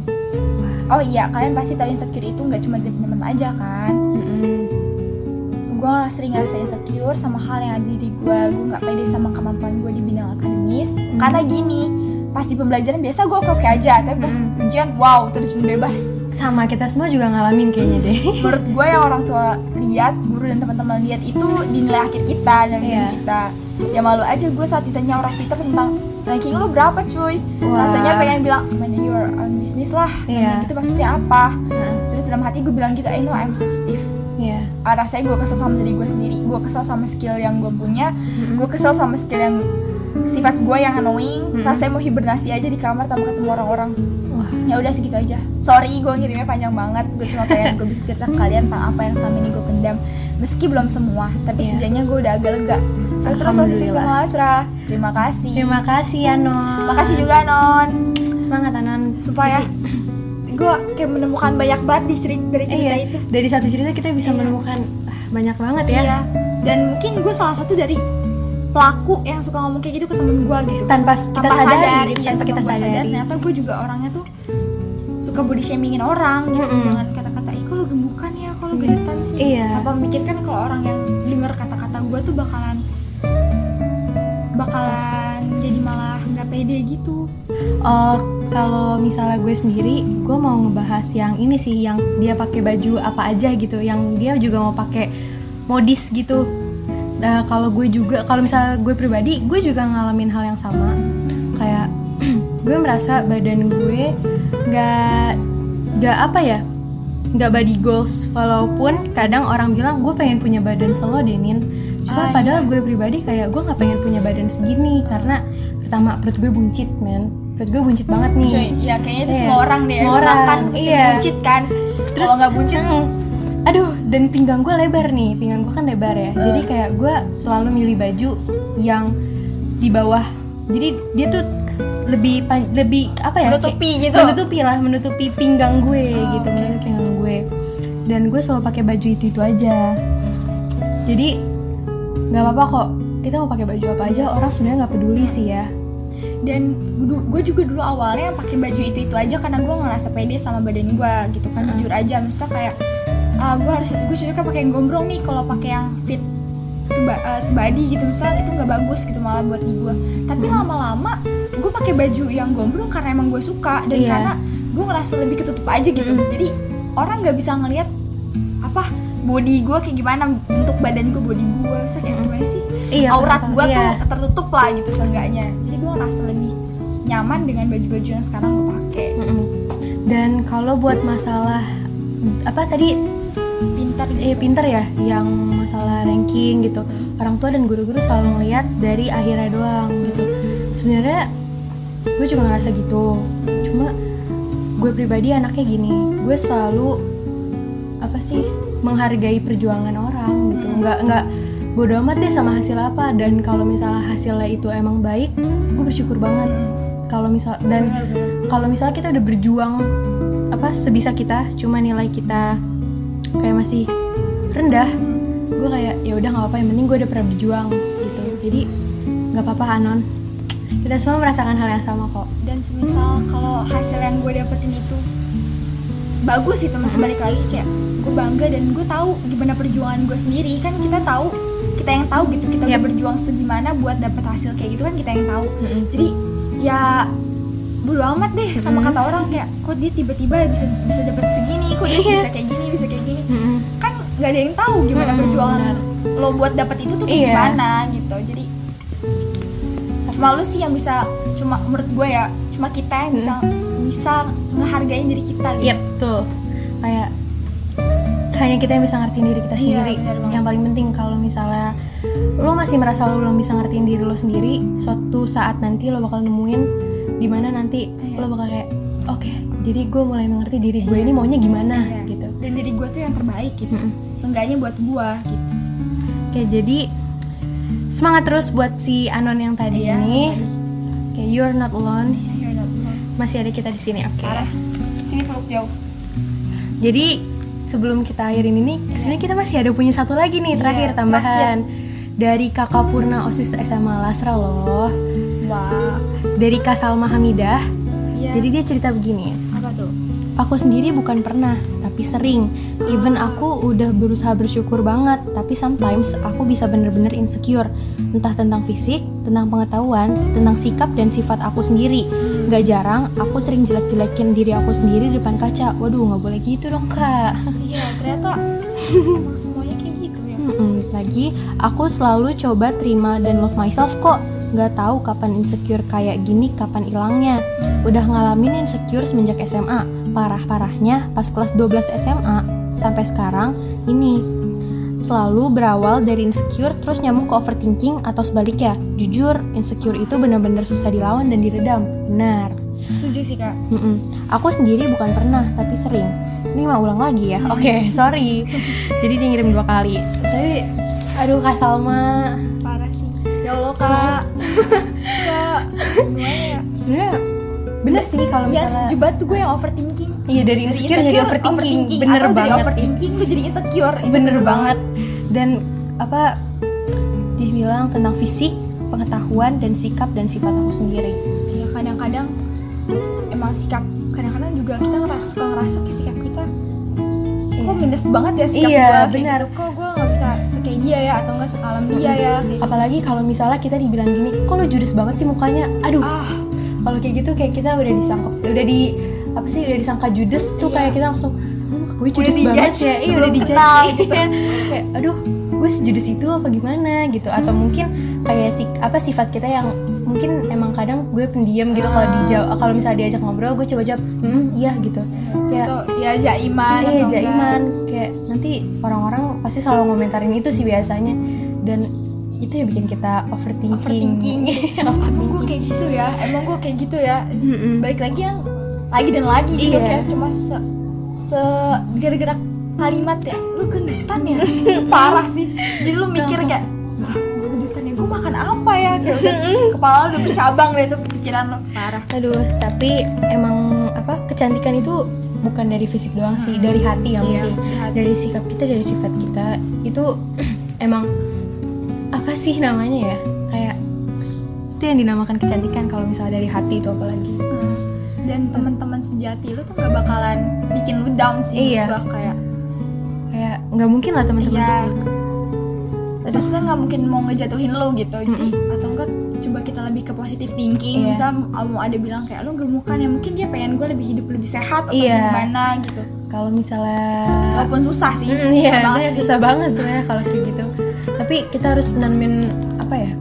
A: oh iya kalian pasti tahu insecure itu nggak cuma dari teman aja kan
B: Mm-mm.
A: gue sering ngerasa insecure sama hal yang ada di diri gue gue nggak pede sama kemampuan gue di bidang akademis karena gini pas di pembelajaran biasa gue oke oke aja tapi pas
B: Hmm.
A: ujian wow terjun bebas
B: Sama kita semua juga ngalamin kayaknya deh.
A: menurut gue yang orang tua lihat guru dan teman-teman lihat itu dinilai akhir kita dan diri
B: Iya.
A: kita ya malu aja gue saat ditanya orang Twitter tentang ranking lo berapa cuy
B: Wah.
A: rasanya pengen bilang man you are on business lah
B: Iya.
A: Nanya gitu maksudnya apa
B: Nah,
A: terus dalam hati gue bilang gitu I know I'm sensitive
B: Iya.
A: Ah, rasanya gue kesel sama diri gue sendiri gue kesel sama skill yang gue punya gue kesel sama skill yang sifat gue yang annoying
B: Mm-mm.
A: rasanya mau hibernasi aja di kamar tanpa ketemu orang-orang
B: Wah.
A: ya udah segitu aja sorry gue ngirimnya panjang banget gue cuma pengen gue bisa cerita ke kalian tentang apa yang selama ini gue pendam meski belum semua tapi
B: Iya.
A: setidaknya gue udah agak lega so terus sih
B: Alhamdulillah.
A: semua Asra terima kasih
B: Terima kasih Anon.
A: makasih juga non
B: Semangat Anon.
A: supaya gue kayak menemukan banyak banget di cerita dari cerita
B: Iya,
A: itu
B: dari satu cerita kita bisa menemukan ah, banyak banget ya.
A: Iya. Dan mungkin gue salah satu dari pelaku yang suka ngomong kayak gitu ke temen gue gitu.
B: Tanpa s- kita
A: Tanpa
B: sadari,
A: iya,
B: tanpa kita
A: gua
B: sadari.
A: Ternyata gue juga orangnya tuh suka body shamingin orang gitu
B: Mm-mm.
A: dengan kata-kata, "Ih, kok lo gemukan ya, kalau gendutan sih."
B: Iya.
A: Tanpa memikirkan kalau orang yang dengar kata-kata gue tuh bakalan bakalan jadi malah nggak pede gitu.
B: Eh, kalau misalnya gue sendiri, gue mau ngebahas yang ini sih, yang dia pakai baju apa aja gitu, yang dia juga mau pakai modis gitu. Nah, kalau gue juga, kalau misalnya gue pribadi, gue juga ngalamin hal yang sama. Kayak gue merasa badan gue nggak nggak apa ya, nggak body goals. Walaupun kadang orang bilang gue pengen punya badan selo denin. Cuma
A: Ah,
B: padahal gue pribadi kayak gue nggak pengen punya badan segini karena pertama perut gue buncit men perut gue buncit banget nih
A: Cuy, ya kayaknya itu
B: Iya.
A: semua orang deh
B: Semua
A: harus
B: orang,
A: makan, pasti
B: iya.
A: buncit kan. Terus kalau nggak buncit,
B: Mm, aduh dan pinggang gue lebar nih pinggang gue kan lebar ya jadi kayak gue selalu milih baju yang di bawah jadi dia tuh lebih pan- lebih apa ya kayak-
A: menutupi gitu. Oh,
B: menutupi lah menutupi pinggang gue gitu menutupi pinggang gue dan gue selalu pakai baju itu itu aja jadi nggak apa-apa kok kita mau pakai baju apa aja orang sebenarnya nggak peduli sih ya
A: dan gue juga dulu awalnya yang pakai baju itu itu aja karena gue ngerasa pede sama badan gue gitu kan
B: Hmm.
A: jujur aja misalnya kayak ah gue harus gue cocoknya pakai yang gombrong nih kalau pakai yang fit tuh body gitu misalnya itu nggak bagus gitu malah buat gue tapi
B: Hmm.
A: lama-lama gue pakai baju yang gombrong karena emang gue suka dan
B: Iya.
A: karena gue ngerasa lebih ketutup aja gitu
B: Mm.
A: jadi orang nggak bisa ngelihat apa body gue kayak gimana bentuk badan gue body gue misalnya kayak
B: Mm.
A: gimana sih
B: Iya,
A: aurat
B: kenapa?
A: gue
B: Iya.
A: tuh tertutup lah gitu seenggaknya jadi gue ngerasa lebih nyaman dengan baju-baju yang sekarang gue pakai
B: Mm-mm. Dan kalau buat masalah apa tadi
A: pintar gitu
B: eh pinter ya yang masalah ranking gitu orang tua dan guru-guru selalu ngeliat dari akhirnya doang gitu sebenarnya gue juga ngerasa gitu cuma gue pribadi anaknya gini gue selalu apa sih menghargai perjuangan orang gitu nggak nggak bodo amat deh sama hasil apa dan kalau misalnya hasilnya itu emang baik gue bersyukur banget kalau misal dan
A: Bener-bener.
B: kalau misalnya kita udah berjuang apa sebisa kita cuma nilai kita kayak masih rendah gue kayak ya udah nggak apa-apa yang penting gue udah pernah berjuang gitu jadi nggak apa-apa Anon kita semua merasakan hal yang sama kok
A: dan semisal kalau hasil yang gue dapetin itu bagus itu mas balik lagi kayak gue bangga dan gue tahu gimana perjuangan gue sendiri kan kita tahu kita yang tahu gitu kita udah
B: Yap.
A: berjuang segimana buat dapet hasil kayak gitu kan kita yang tahu
B: Mm-mm.
A: jadi ya bodo amat deh sama kata orang kayak kok dia tiba-tiba bisa bisa dapet segini kok dia
B: Iya.
A: bisa kayak gini bisa kayak gini
B: Mm-mm.
A: kan nggak ada yang tahu gimana
B: Mm-mm,
A: perjuangan
B: Hmm, benar.
A: lo buat dapet itu tuh kayak
B: Iya.
A: gimana gitu jadi cuma lu sih yang bisa cuma menurut gue ya cuma kita yang bisa
B: Hmm.
A: bisa ngehargain diri kita gitu
B: Yap, betul. Kayak hanya kita yang bisa ngertiin diri kita
A: Iya,
B: sendiri.
A: benar banget.
B: yang paling penting kalau misalnya lo masih merasa lo belum bisa ngertiin diri lo sendiri, suatu saat nanti lo bakal nemuin dimana nanti
A: Iya.
B: lo bakal kayak, oke, jadi gue mulai mengerti diri gue ini maunya gimana
A: Iya.
B: gitu.
A: dan diri gue tuh yang terbaik gitu
B: Mm-mm.
A: seenggaknya buat gue gitu
B: Oke, jadi semangat terus buat si Anon yang tadi
A: Iya,
B: ini.
A: baik.
B: Oke, you're not alone.
A: Ya, you're not alone.
B: Masih ada kita di sini, oke.
A: parah sini peluk jauh
B: Jadi sebelum kita akhirin ini, sebenarnya kita masih ada punya satu lagi
A: Iya,
B: nih
A: ya.
B: terakhir tambahan dari Kakak Purna OSIS SMA Lasra loh,
A: wah
B: dari Kak Salma Hamidah.
A: Iya.
B: Jadi dia cerita begini.
A: apa tuh
B: Aku sendiri bukan pernah, tapi sering. Even aku udah berusaha bersyukur banget, tapi sometimes aku bisa bener-bener insecure. Entah tentang fisik, tentang pengetahuan, tentang sikap dan sifat aku sendiri. Gak jarang, aku sering jelek-jelekin diri aku sendiri di depan kaca. Waduh, gak boleh gitu dong kak.
A: iya ternyata emang semuanya kayak gitu ya
B: Mm-mm. Lagi, aku selalu coba terima dan love myself kok. Nggak tahu kapan insecure kayak gini, kapan hilangnya. Udah ngalamin insecure semenjak SMA. Parah-parahnya pas kelas 12 SMA sampai sekarang ini selalu berawal dari insecure terus nyambung ke overthinking atau sebaliknya. Jujur, insecure itu benar-benar susah dilawan dan diredam. Benar.
A: setuju sih kak
B: Mm-mm. Aku sendiri bukan pernah, tapi sering. Ini mau ulang lagi ya? Oke, sorry. Jadi dia ngirim dua kali. Tapi, aduh Kak Salma.
A: parah sih ya allah kak kak semuanya
B: Sebenernya bener sih kalau
A: ya setuju
B: misalnya...
A: banget tuh gue yang overthinking
B: Iya, dari insecure jadi overthinking. Bener
A: atau
B: banget.
A: dari overthinking lu jadi insecure Itu
B: Bener banget. Dan apa, dia bilang tentang fisik, pengetahuan, dan sikap, dan sifat aku sendiri.
A: ya kadang-kadang emang sikap kadang-kadang juga kita ngerasa suka ngerasa kayak sikap kita kok minus banget ya sikap
B: Iya,
A: gue
B: benar.
A: gitu kok gue nggak bisa sekaya dia ya atau nggak sekalem dia ya kayak
B: Apalagi kalau misalnya kita dibilang gini, kok lo judes banget sih mukanya? Aduh,
A: ah
B: kalau kayak gitu kayak kita udah disangka ya udah di apa sih udah disangka judes tuh
A: Iya.
B: kayak kita langsung "Hmm, gue judes
A: Udah
B: banget
A: dijudge
B: ya iya
A: sebelum
B: udah
A: kenal,
B: dijudge
A: gitu.
B: iya. kayak aduh gue sejudes itu apa gimana gitu atau
A: Hmm.
B: mungkin kayak si apa sifat kita yang mungkin emang kadang gue pendiam gitu kalau
A: Ah.
B: dijawab kalau misalnya diajak ngobrol gue coba jawab hmm iya gitu kayak
A: atau ya jaiman
B: Iya
A: atau
B: jaiman kayak nanti orang-orang pasti selalu ngomentarin itu sih biasanya dan itu ya bikin kita overthinking
A: Overthinking. emang gue kayak gitu ya emang gue kayak gitu ya
B: Mm-mm.
A: balik lagi yang lagi dan lagi gitu
B: Iya.
A: kayak cuma se se gara-gara kalimat ya lu gendutan ya Itu parah sih jadi lu mikir
B: Langsung.
A: kayak "Wah, gua gendutan ya gue makan apa ya kayak udah kepala udah bercabang deh itu pikiran lo parah
B: Aduh, tapi emang apa kecantikan itu bukan dari fisik doang sih, dari hati yang
A: Iya,
B: penting.
A: dari hati.
B: Dari sikap kita, dari sifat kita itu emang apa sih namanya ya? Kayak itu yang dinamakan kecantikan kalau misalnya dari hati itu apalagi.
A: dan teman-teman sejati lu tuh gak bakalan bikin lu down sih
B: Iya.
A: gua kayak
B: Kayak nggak mungkin lah teman-teman.
A: Iya.
B: setia. Aduh.
A: Masa Iya. nggak mungkin mau ngejatuhin lo gitu jadi atau enggak coba kita lebih ke positive thinking
B: Iya.
A: misal mau ada bilang kayak lo gemukan ya mungkin dia pengen gue lebih hidup lebih sehat atau
B: Iya.
A: gimana gitu
B: Kalau misalnya
A: walaupun susah sih
B: Mm,
A: susah
B: Iya,
A: banget
B: bener,
A: sih
B: susah banget sebenarnya kalau kayak gitu. Tapi kita harus menanamin apa ya?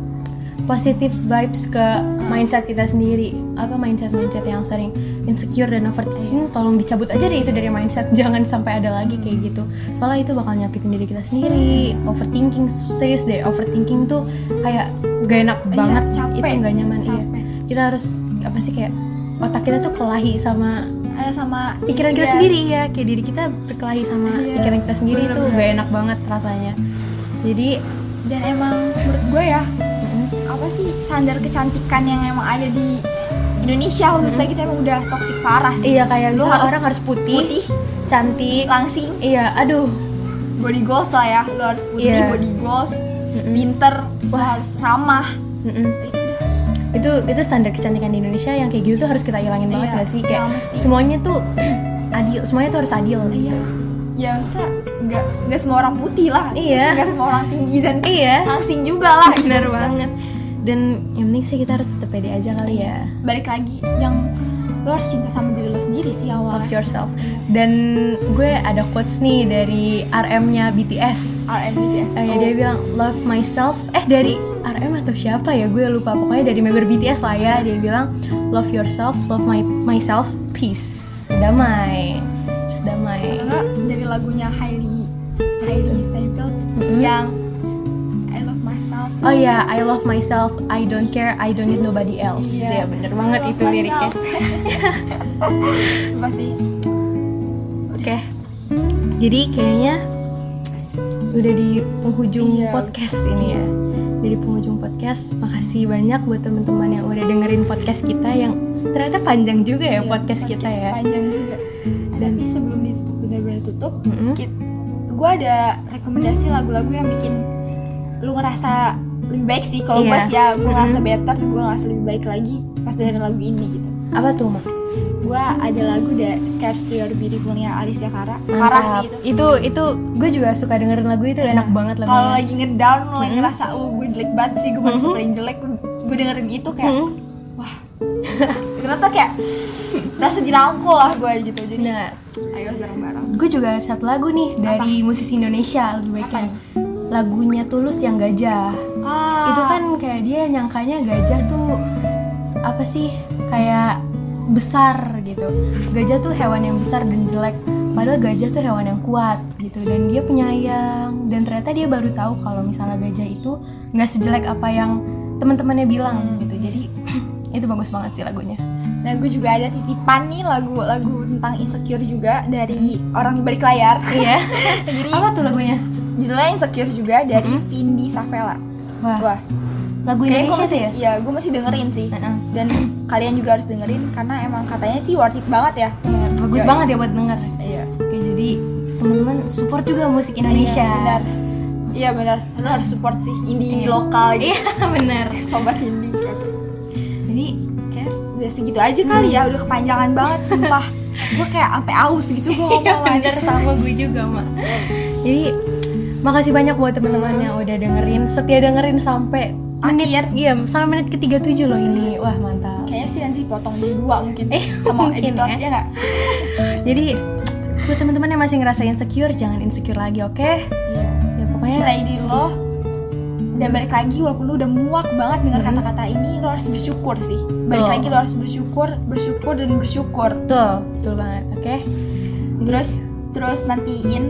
B: Positive vibes ke mindset kita sendiri. Apa mindset-mindset yang sering insecure dan overthinking "Hmm, tolong dicabut aja deh itu dari mindset. Jangan sampai ada lagi kayak gitu. Soalnya itu bakal nyakitin diri kita sendiri. Overthinking serius deh, overthinking tuh kayak gak enak
A: Iya,
B: banget.
A: capek.
B: Itu gak nyaman iya.
A: Capek.
B: Kita harus apa sih kayak otak kita tuh kelahi sama
A: ada sama
B: pikiran kita
A: iya.
B: sendiri ya kayak diri kita berkelahi sama
A: Iya,
B: pikiran kita sendiri itu
A: bener-bener.
B: gak enak banget rasanya jadi
A: dan emang menurut gue ya
B: mm,
A: apa sih standar kecantikan yang emang ada di Indonesia khususnya kita emang udah toksik parah sih
B: iya kayak
A: Lu
B: misalnya
A: harus
B: orang harus putih,
A: putih
B: cantik
A: langsing
B: iya aduh
A: body goals lah ya lo harus putih
B: Iya.
A: body goals
B: Mm-mm.
A: pinter terus lu
B: Wah.
A: harus ramah
B: mm-mm.
A: itu
B: itu itu standar kecantikan di Indonesia yang kayak gitu tuh harus kita ilangin banget
A: Iya,
B: gak sih kayak
A: yang mesti.
B: semuanya tuh adil semuanya tuh harus adil
A: iya ya maksudnya nggak nggak semua orang putih lah
B: Iya.
A: Terus nggak semua orang tinggi dan
B: Iya.
A: langsing juga lah gitu,
B: benar
A: maksudnya.
B: banget dan yang penting sih kita harus tetap pede aja
A: Iya.
B: kali ya
A: balik lagi yang lo harus cinta sama diri lo sendiri sih awalnya
B: love yourself dan gue ada quotes nih dari RM-nya BTS
A: R&B yes.
B: Eh, dia bilang love myself eh dari RM atau siapa ya gue lupa pokoknya dari member BTS lah ya dia bilang love yourself love my myself peace damai just damai
A: enggak dari lagunya Hailey Hailey Steinfeld yang I love myself
B: oh ya I love myself I don't care I don't need nobody else
A: Iya.
B: ya bener banget itu liriknya oke
A: Sumpah sih
B: jadi kayaknya udah di penghujung
A: Iya.
B: podcast ini ya dari penghujung podcast makasih banyak buat teman-teman yang udah dengerin podcast kita yang ternyata panjang juga ya podcast, kita ya
A: panjang Iya, juga Nah,
B: Dan-
A: tapi sebelum ditutup benar-benar tutup
B: Mm-mm.
A: gue ada rekomendasi lagu-lagu yang bikin lu ngerasa lebih baik sih kalau
B: Iya.
A: gue sih ya gue
B: Mm-mm.
A: ngerasa better gue ngerasa lebih baik lagi pas dengerin lagu ini gitu
B: apa tuh mak
A: gue ada lagu dari Scarce to Your Beautiful-nya Alicia Cara Cara
B: Mantap.
A: sih itu Iya.
B: itu itu gue juga suka dengerin lagu itu enak banget
A: kalau
B: lagunya
A: lagi ngedown lagi ngerasa oh gue jelek banget sih gue manusia paling jelek gue dengerin itu kayak
B: Mm.
A: wah ternyata kayak merasa dirangkul lah gue gitu jadi
B: benar
A: ayo bareng-bareng
B: gue juga ada satu lagu nih dari musisi Indonesia lebih
A: Apa?
B: baiknya lagunya tulus yang gajah
A: ah,
B: itu kan kayak dia nyangkanya gajah tuh apa sih kayak besar gitu gajah tuh hewan yang besar dan jelek padahal gajah tuh hewan yang kuat gitu dan dia penyayang dan ternyata dia baru tahu kalau misalnya gajah itu nggak sejelek apa yang teman-temannya bilang gitu jadi itu bagus banget sih lagunya
A: nah gue juga ada titipan nih lagu-lagu tentang insecure juga dari orang di balik layar
B: iya
A: jadi
B: apa tuh lagunya
A: judulnya insecure juga dari Vindi Savela
B: Mm-hmm.
A: wah
B: wah,
A: kayaknya
B: lagu
A: gue
B: Indonesia
A: masih
B: sih ya
A: ya gue masih dengerin sih
B: Heeh.
A: dan kalian juga harus dengerin karena emang katanya sih worth it banget ya
B: Iya, bagus
A: Iya,
B: banget ya buat denger
A: iya
B: Oke, jadi teman-teman support juga musik Indonesia
A: Iya benar. Iya benar. Lo harus support sih indie indie
B: Iya.
A: lokal gitu.
B: iya benar
A: Sobat indie. Oke.
B: jadi
A: Oke, udah segitu aja kali
B: Hmm.
A: ya. Udah kepanjangan banget sumpah. gue kayak sampai aus gitu gue ngomong
B: Iya
A: sama
B: bener
A: Anissa.
B: sama gue juga mak. Jadi makasih banyak buat teman-teman yang udah dengerin, setia dengerin sampai menit
A: Akhir.
B: iya sampai menit ke 37 loh ini. Wah, mantap.
A: Kayaknya sih nanti dipotong berdua mungkin
B: Eh,
A: sama
B: mungkin
A: editor
B: ya.
A: ya nggak?
B: Jadi buat teman-teman yang masih ngerasa insecure, jangan insecure lagi, oke?
A: Iya.
B: Ya pokoknya
A: Cintai diri lo dan balik lagi walaupun lu udah muak banget dengan kata-kata ini lo harus bersyukur sih balik
B: Mm-hmm. Betul.
A: lagi lo harus bersyukur bersyukur dan bersyukur
B: betul, betul banget, oke? Mm-hmm.
A: terus terus nantiin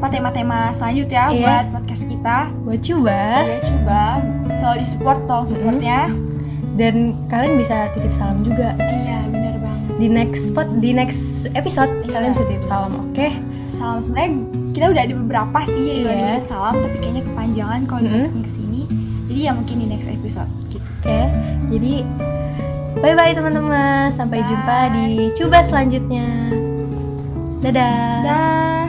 A: apa tema-tema selanjutnya
B: Iya.
A: buat podcast kita
B: Buat coba
A: Iya coba selalu di support
B: Mm-hmm.
A: tolong supportnya.
B: dan kalian bisa titip salam juga
A: Iya benar banget.
B: di next spot di next episode
A: Iya.
B: kalian bisa titip salam, oke?
A: Salam sebenarnya kita udah ada beberapa sih yang udah
B: Iya. Mm-hmm.
A: dikit salam tapi kayaknya kepanjangan kalau
B: Mm-mm.
A: dimasukin ke sini. Jadi ya mungkin di next episode gitu.
B: Oke, jadi bye bye teman-teman. Sampai
A: Bye.
B: jumpa di coba selanjutnya. Dadah.
A: Dah.